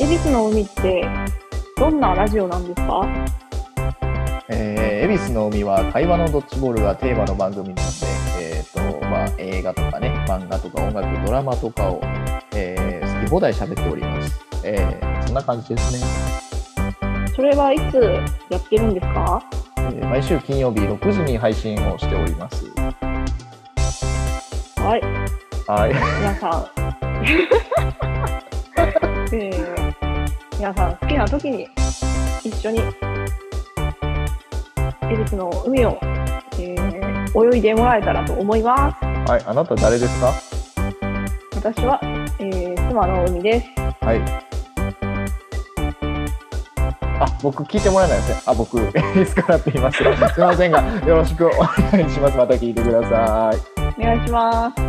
恵比寿の海ってどんなラジオなんですかえー、恵比寿の海は会話のドッジボールがテーマの番組なので、えーとまあ、映画とかね、漫画とか音楽、ドラマとかを、えー好き放題喋っております。えーそんな感じですね、それはいつやってるんですかえー毎週金曜日6時に配信をしております。はい、はい。皆さん。 えー、皆さん好きな時に一緒に恵比寿の海を、えー泳いでもらえたらと思います。はい、あなた誰ですか私は、えー、妻の海です。はい。あ、僕聞いてもらえないですね。あ、僕、 恵比寿からって言います。すいませんが、よろしくお願いします。また聞いてください。お願いします。